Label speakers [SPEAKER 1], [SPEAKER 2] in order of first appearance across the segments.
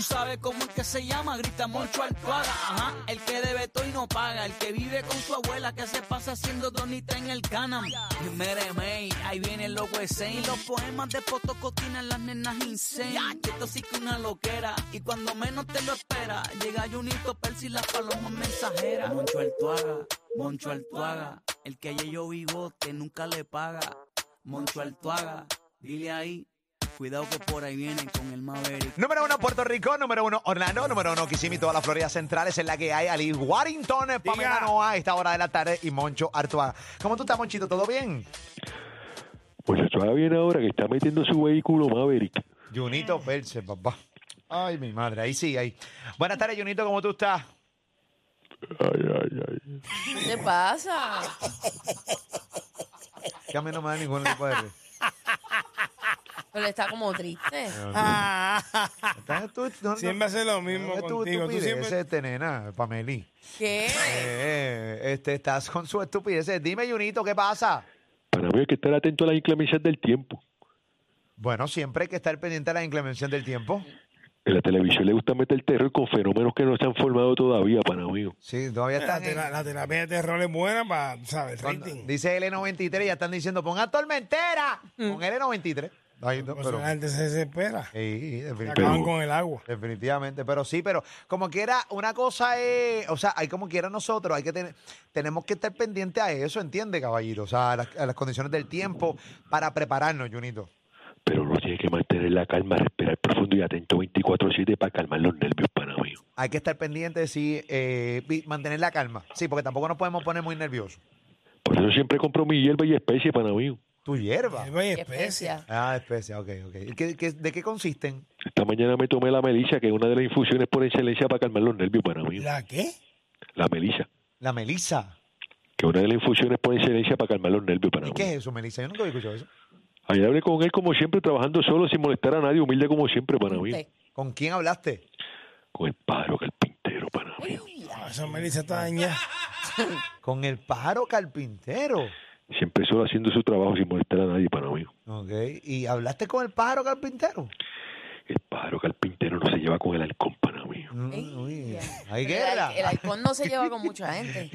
[SPEAKER 1] sabe cómo el que se llama, grita Moncho Altuaga. Ajá, el que debe todo y no paga, el que vive con su abuela, que se pasa haciendo donita en el canam. Y mere, mey, ahí vienen los y los poemas de Potocotina, las nenas insane. Que esto sí que una loquera, y cuando menos te lo espera, llega Junito Percy, las palomas mensajeras. Moncho Altuaga, Moncho Altuaga, el que yo bigote nunca le paga. Moncho Altuaga, dile ahí. Cuidado que por ahí vienen con el Maverick.
[SPEAKER 2] Número uno Puerto Rico, número uno Orlando, número uno Kissimmee, todas las Floridas centrales en la que hay Ali Warrington, Pamela Noa a esta hora de la tarde y Moncho Artois. ¿Cómo tú estás, Monchito? ¿Todo bien?
[SPEAKER 3] Pues está bien ahora que está metiendo su vehículo Maverick.
[SPEAKER 2] Junito Perse, papá. Ay, mi madre, ahí sí, ahí. Buenas tardes, Junito, ¿cómo tú estás?
[SPEAKER 3] Ay, ay, ay.
[SPEAKER 4] ¿Qué te pasa?
[SPEAKER 2] Que a mí no me da ningún tipo de risa.
[SPEAKER 4] Pero está como triste.
[SPEAKER 2] Ah. ¿Estás tú? No, no.
[SPEAKER 5] Siempre hace lo mismo
[SPEAKER 2] ¿Qué
[SPEAKER 5] contigo. Tú
[SPEAKER 2] estupidez
[SPEAKER 5] siempre...
[SPEAKER 2] este, nena, Pameli?
[SPEAKER 4] ¿Qué?
[SPEAKER 2] Eh, este, estás con su estupidez. Dime, Junito, ¿qué pasa?
[SPEAKER 3] Para mí hay que estar atento a las inclemencias del tiempo.
[SPEAKER 2] Bueno, siempre hay que estar pendiente a la inclemencia del tiempo.
[SPEAKER 3] En la televisión le gusta meter terror con fenómenos que no se han formado todavía, para mí.
[SPEAKER 2] Sí, todavía
[SPEAKER 5] La,
[SPEAKER 2] están en-
[SPEAKER 5] tera- la terapia de terror es buena para, ¿sabes?
[SPEAKER 2] Cuando-
[SPEAKER 5] Rating.
[SPEAKER 2] dice L93, ya están diciendo, pongan tormentera con L93. Ay, no,
[SPEAKER 5] Por eso
[SPEAKER 2] pero-
[SPEAKER 5] la gente se desespera.
[SPEAKER 2] Sí, sí,
[SPEAKER 5] Se
[SPEAKER 2] definitivamente.
[SPEAKER 3] Pero-
[SPEAKER 5] acaban con el agua.
[SPEAKER 2] Definitivamente, pero sí, pero como quiera, una cosa es, o sea, hay como quiera nosotros, hay que tener, tenemos que estar pendiente a eso, ¿entiende, caballero? O sea, a las, a las condiciones del tiempo para prepararnos, Junito.
[SPEAKER 3] Pero uno tiene que mantener la calma, respirar profundo y atento 24-7 para calmar los nervios, para mí.
[SPEAKER 2] Hay que estar pendiente, sí, eh, y mantener la calma. Sí, porque tampoco nos podemos poner muy nerviosos.
[SPEAKER 3] Por eso siempre compro mi hierba y especie, para mí.
[SPEAKER 2] Tu hierba.
[SPEAKER 5] Hierba y
[SPEAKER 4] ¿Qué
[SPEAKER 5] especia.
[SPEAKER 4] especia?
[SPEAKER 2] Ah, especia, ok, ok. ¿Y qué- qué- ¿De qué consisten?
[SPEAKER 3] Esta mañana me tomé la melisa, que es una de las infusiones por excelencia para calmar los nervios, para mí.
[SPEAKER 5] ¿La qué?
[SPEAKER 3] La melisa,
[SPEAKER 2] La melisa.
[SPEAKER 3] que es una de las infusiones por excelencia para calmar los nervios, para
[SPEAKER 2] ¿Y
[SPEAKER 3] mí.
[SPEAKER 2] qué es eso, melisa? Yo nunca había escuchado eso.
[SPEAKER 3] Ayer hablé con él como siempre, trabajando solo, sin molestar a nadie, humilde como siempre, para mí.
[SPEAKER 4] Usted.
[SPEAKER 2] ¿Con quién hablaste?
[SPEAKER 3] Con el pájaro carpintero, para mí.
[SPEAKER 5] Ah, Esa Melissa está dañada.
[SPEAKER 2] Con el pájaro carpintero.
[SPEAKER 3] Siempre solo haciendo su trabajo sin molestar a nadie, para mí.
[SPEAKER 2] Ok. ¿Y hablaste con el pájaro carpintero?
[SPEAKER 3] El pájaro carpintero no se lleva con el halcón, para mí.
[SPEAKER 2] Mm,
[SPEAKER 4] Ey,
[SPEAKER 2] uy,
[SPEAKER 4] ya.
[SPEAKER 2] Hay
[SPEAKER 4] Pero El,
[SPEAKER 2] guerra.
[SPEAKER 4] al- el halcón no se lleva con mucha gente.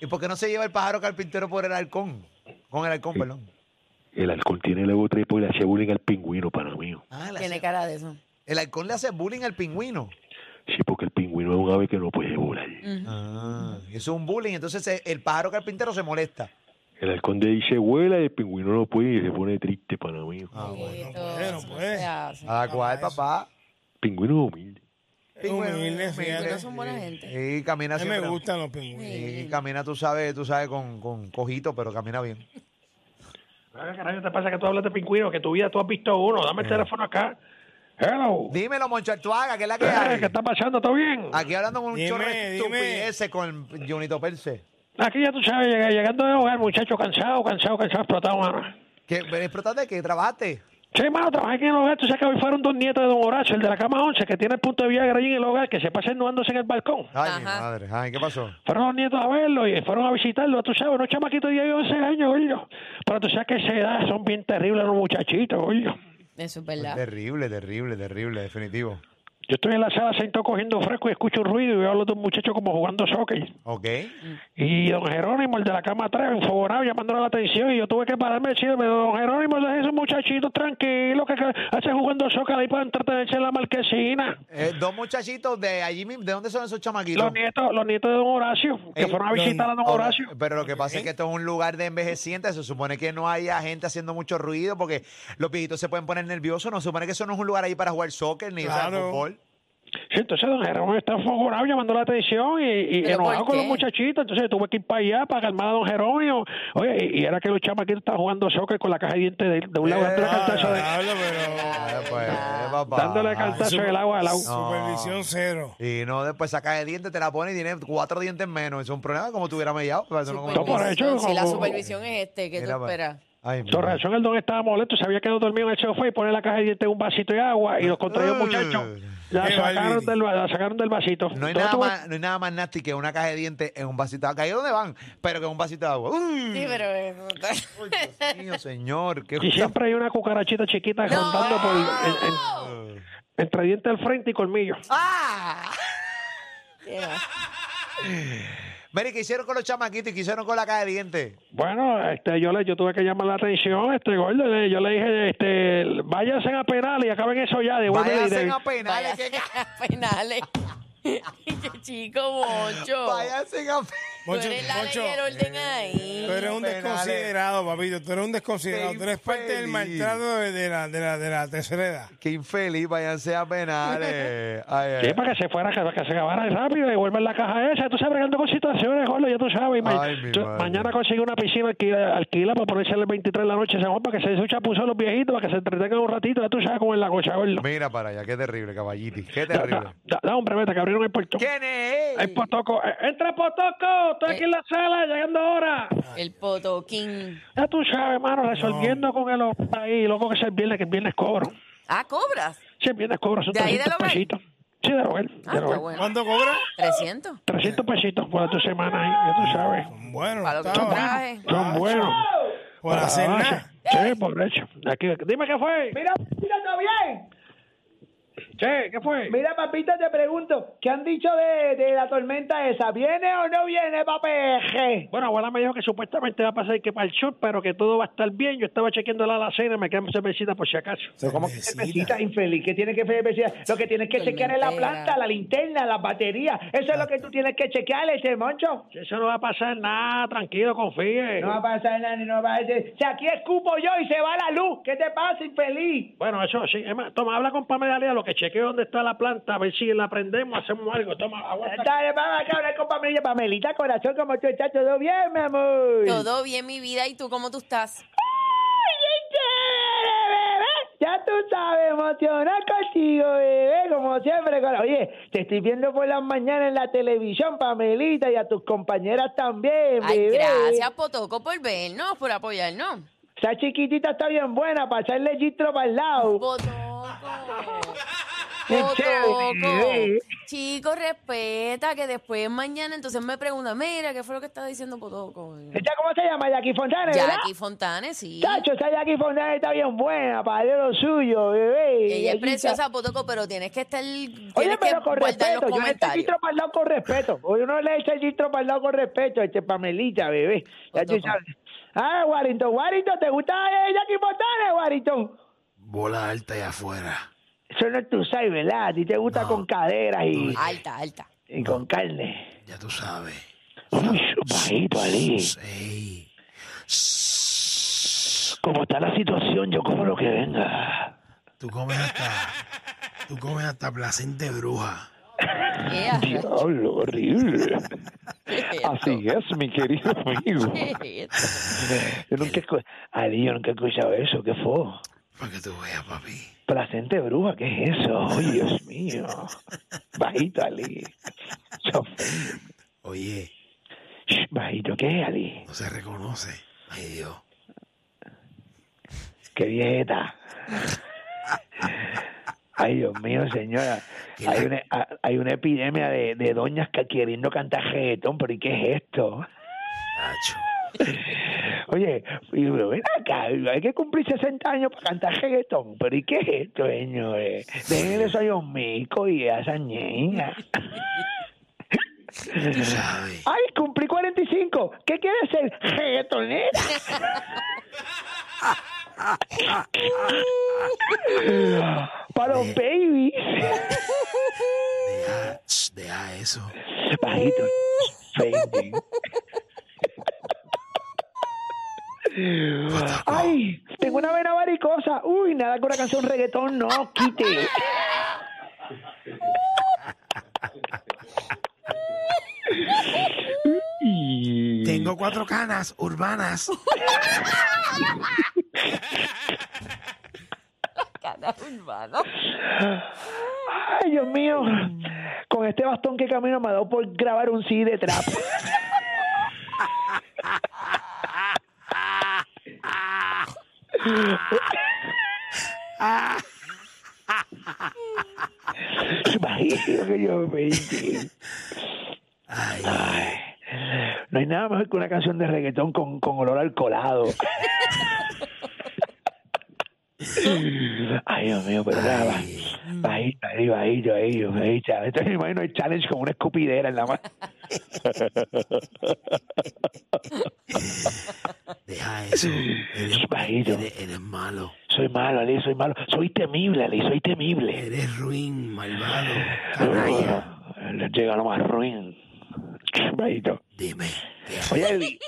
[SPEAKER 2] ¿Y por qué no se lleva el pájaro carpintero por el halcón? Con el halcón, perdón.
[SPEAKER 3] El halcón tiene el ego trepo y le hace bullying al pingüino, para mí.
[SPEAKER 2] Ah, le
[SPEAKER 4] Tiene
[SPEAKER 2] hace-
[SPEAKER 4] cara de eso.
[SPEAKER 2] el halcón le hace bullying al pingüino.
[SPEAKER 3] Sí, porque el pingüino es un ave que no puede volar.
[SPEAKER 2] Ah, eso es un bullying. Entonces eh, el pájaro carpintero se molesta.
[SPEAKER 3] El halcón de ahí se vuela y el pingüino no puede y se pone triste, para mí.
[SPEAKER 2] Ah, bueno. pues. Ah,
[SPEAKER 4] Esto,
[SPEAKER 5] puede, no
[SPEAKER 4] eso
[SPEAKER 5] puede.
[SPEAKER 4] se hace.
[SPEAKER 2] ¿A cuál, papá?
[SPEAKER 3] Pingüino es humilde.
[SPEAKER 5] Es humilde, fíjate.
[SPEAKER 4] Pingüinos son buena gente.
[SPEAKER 2] Sí, camina
[SPEAKER 5] A mí me
[SPEAKER 2] siempre.
[SPEAKER 5] gustan los pingüinos.
[SPEAKER 2] Sí, camina, tú sabes, tú sabes, con, con cojito, pero camina bien.
[SPEAKER 6] Ah, carajo, te pasa que tú hablas de pingüinos, que tu vida tú has visto uno. Dame el teléfono acá. Hello.
[SPEAKER 2] Dímelo, Moncho Artuaga, que es la que
[SPEAKER 6] Eh,
[SPEAKER 2] hay.
[SPEAKER 6] ¿Qué está pasando? ¿Todo bien?
[SPEAKER 2] Aquí hablando con un
[SPEAKER 5] Dime,
[SPEAKER 2] chorro de
[SPEAKER 5] dime.
[SPEAKER 2] estupideces con Junito Perse.
[SPEAKER 6] Aquí ya tú sabes, lleg- llegando de hogar, muchacho, cansado, cansado, cansado, explotado, mano.
[SPEAKER 2] ¿Qué, pero explotaste que trabajaste.
[SPEAKER 6] Sí, mano, trabajé aquí en el hogar. Tú sabes que hoy fueron dos nietos de don Horacio, el de la cama 11, que tiene el punto de viagra ahí en el hogar, que se pasa innudándose en el balcón.
[SPEAKER 2] Ay, mi
[SPEAKER 4] Ajá.
[SPEAKER 2] madre. Ay, ¿qué pasó?
[SPEAKER 6] Fueron los nietos a verlo y fueron a visitarlo, tú sabes, unos chamaquitos de 10 y 11 años, gordo. Pero tú sabes que esa edad son bien terribles los muchachitos, gordo.
[SPEAKER 4] Eso es verdad.
[SPEAKER 2] Terrible, terrible, terrible, definitivo.
[SPEAKER 6] Yo estoy en la sala sentado cogiendo fresco y escucho un ruido y veo a los dos muchachos como jugando soccer.
[SPEAKER 2] Ok. Eh,
[SPEAKER 6] Y don Jerónimo, el de la cama atrás, enfogonado, llamándole la atención. Y yo tuve que pararme y decirme, don Jerónimo, deje esos muchachitos tranquilos que hacen jugando soccer ahí para entretenerse en la marquesina.
[SPEAKER 2] Eh, dos muchachitos de allí mismo. ¿De dónde son esos chamaquitos?
[SPEAKER 6] Los nietos, los nietos de don Horacio, que
[SPEAKER 2] Eh,
[SPEAKER 6] fueron a
[SPEAKER 2] los-
[SPEAKER 6] visitar a don
[SPEAKER 2] ahora,
[SPEAKER 6] Horacio.
[SPEAKER 2] Pero lo que pasa es que esto es un lugar de envejecientes. Se supone que no haya gente haciendo mucho ruido porque los viejitos se pueden poner nerviosos. No se supone que eso no es un lugar ahí para jugar soccer ni para
[SPEAKER 5] Claro.
[SPEAKER 2] fútbol.
[SPEAKER 6] Sí, entonces don Jerónimo está enfogonado, llamando la atención y, y
[SPEAKER 4] ¿Pero
[SPEAKER 6] enojado
[SPEAKER 4] por
[SPEAKER 6] con
[SPEAKER 4] qué?
[SPEAKER 6] los muchachitos. Entonces tuve que ir para allá para calmar a don Jerónimo. Oye, y, y era que los chamaquitos estaban jugando soccer con la caja de dientes de, de un lado,
[SPEAKER 2] Eh,
[SPEAKER 6] dándole
[SPEAKER 2] ah,
[SPEAKER 6] cartazo de-
[SPEAKER 5] Hablo, pero.
[SPEAKER 2] Ah, pues, eh, papá.
[SPEAKER 6] dándole cartazo del agua al agua.
[SPEAKER 5] Supervisión cero.
[SPEAKER 2] Y no, después saca de dientes, te la pone y tiene cuatro dientes menos. Eso es un problema como tuviera mellado. pero eso no
[SPEAKER 4] Supervisión.
[SPEAKER 6] No, por
[SPEAKER 2] como-
[SPEAKER 6] ahí. hecho,
[SPEAKER 4] si la
[SPEAKER 6] como-
[SPEAKER 4] supervisión es este, ¿qué tú
[SPEAKER 2] Mira, pa-
[SPEAKER 4] esperas?
[SPEAKER 2] Ay, mi
[SPEAKER 6] Con
[SPEAKER 2] madre.
[SPEAKER 6] razón el don estaba molesto, se había quedado dormido en el sofá y pone la caja de dientes en un vasito de agua y los contraídos
[SPEAKER 2] Ay.
[SPEAKER 6] muchachos la
[SPEAKER 5] Qué
[SPEAKER 6] sacaron,
[SPEAKER 5] barbaridad.
[SPEAKER 6] del, va- la sacaron del vasito.
[SPEAKER 2] No hay,
[SPEAKER 6] Entonces
[SPEAKER 2] nada
[SPEAKER 6] tuve-
[SPEAKER 2] más, no hay nada más nasty que una caja de dientes en un vasito de agua. ¿Ahí dónde van? Pero que en un vasito de agua. ¡Uy!
[SPEAKER 4] Sí, pero. eso está-
[SPEAKER 2] Ay, Dios mío, señor. Qué
[SPEAKER 6] Y siempre hay una cucarachita chiquita rondando por, en, en- Entre dientes al frente y colmillo.
[SPEAKER 2] ¡Ah!
[SPEAKER 4] ¿Qué va?
[SPEAKER 2] Mire, ¿qué hicieron con los chamaquitos y qué hicieron con la caja de dientes?
[SPEAKER 6] Bueno, este, yo le, yo tuve que llamar la atención, este gordo, le- yo le dije, este, váyanse a penal y acaben eso ya, de
[SPEAKER 2] Váyanse a penales.
[SPEAKER 4] Vaya,
[SPEAKER 2] que-
[SPEAKER 4] penales. Qué chico, Moncho.
[SPEAKER 2] Váyanse a penales.
[SPEAKER 4] Tú eres la ley del orden
[SPEAKER 5] tú
[SPEAKER 4] ahí.
[SPEAKER 5] eres un
[SPEAKER 2] Penales.
[SPEAKER 5] desconsiderado, papito. Tú eres un desconsiderado.
[SPEAKER 2] Qué
[SPEAKER 5] Tú eres parte del
[SPEAKER 2] infeliz.
[SPEAKER 5] maltrato de, de la, de, la, de la tercera edad.
[SPEAKER 2] Qué infeliz, váyanse a penales. Ay, ay.
[SPEAKER 6] Sí, para que se fuera, que, para que se acabara rápido y vuelva en la caja esa. Tú sabes, bregando con situaciones, gordo, ya tú sabes. Y ma-
[SPEAKER 2] Ay, mi
[SPEAKER 6] tú-
[SPEAKER 2] madre.
[SPEAKER 6] mañana consigue una piscina alquila, alquila para ponerse a las 23 de la noche, se para que se eche puso a los viejitos, para que se entretengan un ratito, ya tú sabes cómo es la gocha, gordo.
[SPEAKER 2] Mira para allá, qué terrible, caballiti. Qué
[SPEAKER 6] Da,
[SPEAKER 2] terrible.
[SPEAKER 6] da- da, hombre, vete, que abrieron el portón.
[SPEAKER 2] ¿Quién es?
[SPEAKER 6] El Potoco. Eh, ¡Entra, Potoco! Estoy aquí en la sala, llegando ahora.
[SPEAKER 4] El potoquín.
[SPEAKER 6] Ya tú sabes, hermano, resolviendo con el OPA ahí, loco que es el viernes, que el viernes cobro.
[SPEAKER 4] Ah, cobras.
[SPEAKER 6] Si el viernes cobro, son
[SPEAKER 4] ¿De ahí de
[SPEAKER 6] 300
[SPEAKER 4] Lovel?
[SPEAKER 6] pesitos. Sí, de Lovel. de
[SPEAKER 4] Ah, está
[SPEAKER 6] Lovel.
[SPEAKER 4] bueno.
[SPEAKER 5] ¿Cuánto cobra?
[SPEAKER 4] 300.
[SPEAKER 6] 300 pesitos por la tu semana ahí, ya tú sabes.
[SPEAKER 5] Bueno,
[SPEAKER 4] Para lo que
[SPEAKER 5] está
[SPEAKER 4] tú
[SPEAKER 5] bueno.
[SPEAKER 4] trajes.
[SPEAKER 6] Son buenos.
[SPEAKER 5] Por
[SPEAKER 6] Ah,
[SPEAKER 5] hacer nada.
[SPEAKER 6] Sí, sí, por hecho. Aquí, dime qué fue.
[SPEAKER 7] Mira, mira, ¿todo bien?
[SPEAKER 6] Che, ¿qué fue?
[SPEAKER 7] Mira, papito, te pregunto, ¿qué han dicho de, de la tormenta esa? ¿Viene o no viene, papeje?
[SPEAKER 6] Bueno, abuela me dijo que supuestamente va a pasar que para el sur, pero que todo va a estar bien. Yo estaba chequeando la alacena, me quedan cervecitas por si acaso.
[SPEAKER 7] Cervecita infeliz, ¿qué tienes que hacer, cervecita? Lo que tienes que chequear es la
[SPEAKER 4] Tormentera.
[SPEAKER 7] planta, la linterna, las baterías. Eso es lo que tú tienes que chequear, ese moncho.
[SPEAKER 6] Eso no va a pasar nada, tranquilo, confíe.
[SPEAKER 7] No va a pasar nada, ni no va a pasar. Si aquí escupo yo y se va la luz, ¿qué te pasa, infeliz?
[SPEAKER 6] Bueno, eso sí. Es más, toma, habla con Pamela Lea, lo que chequee dónde está la planta, a ver si la prendemos, hacemos algo. Toma, aguanta.
[SPEAKER 7] Dale, vamos acá a hablar con Pamelita. Pamelita, corazón, como tú estás, ¿todo bien, mi amor?
[SPEAKER 4] Todo bien, mi vida. ¿Y tú cómo tú estás?
[SPEAKER 7] Ya tú sabes, emocionar contigo, bebé, como siempre. con- Oye, te estoy viendo por las mañanas en la televisión, Pamelita, y a tus compañeras también,
[SPEAKER 4] Ay,
[SPEAKER 7] bebé.
[SPEAKER 4] gracias, Potoco, por vernos, por apoyarnos.
[SPEAKER 7] Esa chiquitita está bien buena para echarle chistro para el lado.
[SPEAKER 4] Potoco.
[SPEAKER 7] Qué
[SPEAKER 4] Potoco.
[SPEAKER 7] chévere.
[SPEAKER 4] Chicos, respeta que después mañana entonces me preguntan, mira, ¿qué fue lo que estaba diciendo Potoco?
[SPEAKER 7] ¿Esta cómo se llama? Jackie Fontanes, ¿verdad?
[SPEAKER 4] Jackie Fontanes, sí.
[SPEAKER 7] Chacho, esa Jackie Fontanes está bien buena para lo suyo, bebé.
[SPEAKER 4] Ella es
[SPEAKER 7] Ella
[SPEAKER 4] preciosa, Potoco, pero tienes que estar.
[SPEAKER 7] Oye,
[SPEAKER 4] Tienes que
[SPEAKER 7] pero con
[SPEAKER 4] guardar los
[SPEAKER 7] respeto, yo le echo el
[SPEAKER 4] comentarios.
[SPEAKER 7] chistro para el lado con respeto. Oye, uno le echa el chistro para el lado con respeto, este Pamelita, bebé. Ya tú
[SPEAKER 4] Otro
[SPEAKER 7] sabes. Ah, Warrington, Warrington, ¿te gusta eh, Jackie Fontanes, Warrington?
[SPEAKER 8] Bola alta y afuera.
[SPEAKER 7] Eso no es tu size, ¿verdad? A ti te gusta con caderas y,
[SPEAKER 4] Alta, alta.
[SPEAKER 7] y con carne.
[SPEAKER 8] Ya tú sabes.
[SPEAKER 6] Uy, bajito, Ali.
[SPEAKER 8] Ey.
[SPEAKER 6] Como está la situación, yo como lo que venga.
[SPEAKER 8] Tú comes hasta. tú comes hasta placente bruja.
[SPEAKER 4] Ea,
[SPEAKER 6] Diablo, horrible. Así es, mi querido amigo.
[SPEAKER 4] ¿qué es esto?
[SPEAKER 6] Yo nunca, escu- Ali, yo nunca he escuchado eso. ¿Qué fue?
[SPEAKER 8] Para que tú veas, papi.
[SPEAKER 6] Placente bruja, ¿qué es eso? Ay, Dios mío. Bajito, Ali. Yo-
[SPEAKER 8] Oye,
[SPEAKER 6] Shh, Bajito, ¿qué es, Ali?
[SPEAKER 8] no se reconoce. Ay Dios.
[SPEAKER 6] ¡Qué viejeta! Ay, Dios mío, señora.
[SPEAKER 8] Que
[SPEAKER 6] Hay
[SPEAKER 8] la-
[SPEAKER 6] una, a- hay una epidemia de, de doñas que queriendo cantar reggaetón, pero ¿y qué es esto?
[SPEAKER 8] Nacho.
[SPEAKER 6] Oye, y yo, ven acá, hay que cumplir 60 años para cantar reggaetón, pero ¿y qué es esto, señores? Déjenle eso a John Mico y a esa ñeña.
[SPEAKER 8] Tú sabes.
[SPEAKER 7] ¡Ay, cumplí 45! ¿Qué quieres ser? ¿Reggaetonera?
[SPEAKER 6] Para los babies.
[SPEAKER 8] Deja, ch, deja eso.
[SPEAKER 6] Bajito. Baby.
[SPEAKER 8] Potoco.
[SPEAKER 7] ¡Ay, tengo una vena varicosa! ¡Uy, nada con una canción reggaetón! ¡No, quite!
[SPEAKER 8] Tengo cuatro canas urbanas.
[SPEAKER 4] Cada urbano.
[SPEAKER 7] ¡Ay, Dios mío! Con este bastón que camino me ha dado por grabar un CD de trap.
[SPEAKER 6] Bajito que yo baby.
[SPEAKER 8] Ay,
[SPEAKER 6] No hay nada mejor que una canción de reggaetón con, con olor al colado. Ay, Dios mío, pero nada, va- bajito, ahí, bajito, ahí, bajito. Entonces me imagino el challenge como una escupidera en la mano.
[SPEAKER 8] Deja eso. Eres,
[SPEAKER 6] Bajito.
[SPEAKER 8] eres- eres malo.
[SPEAKER 6] Soy malo, Ali, soy malo. Soy temible, Ali, soy temible.
[SPEAKER 8] Eres ruin, malvado. Canalla.
[SPEAKER 6] Llega lo más ruin. Bajito.
[SPEAKER 8] Dime. ¿qué haces?
[SPEAKER 6] Oye, Ali.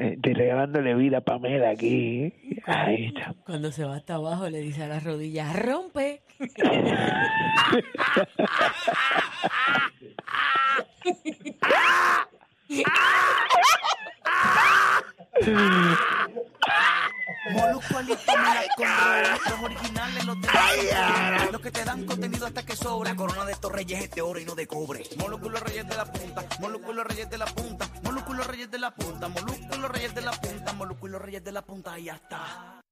[SPEAKER 6] Estoy regalándole vida a Pamela aquí. Ahí está.
[SPEAKER 4] Cuando se va hasta abajo le dice a las rodillas, rompe.
[SPEAKER 1] Molusco, Ali, Pamela, con Raúl, los originales, los de la cultura, los que te dan contenido hasta que sobra. La corona de estos reyes es de oro y no de cobre. Molusco, y los reyes de la punta, Molusco, y los reyes de la punta, Molusco, y los reyes de la punta, Molusco, y los reyes de la punta, Molusco, y los reyes de la punta, y ya está.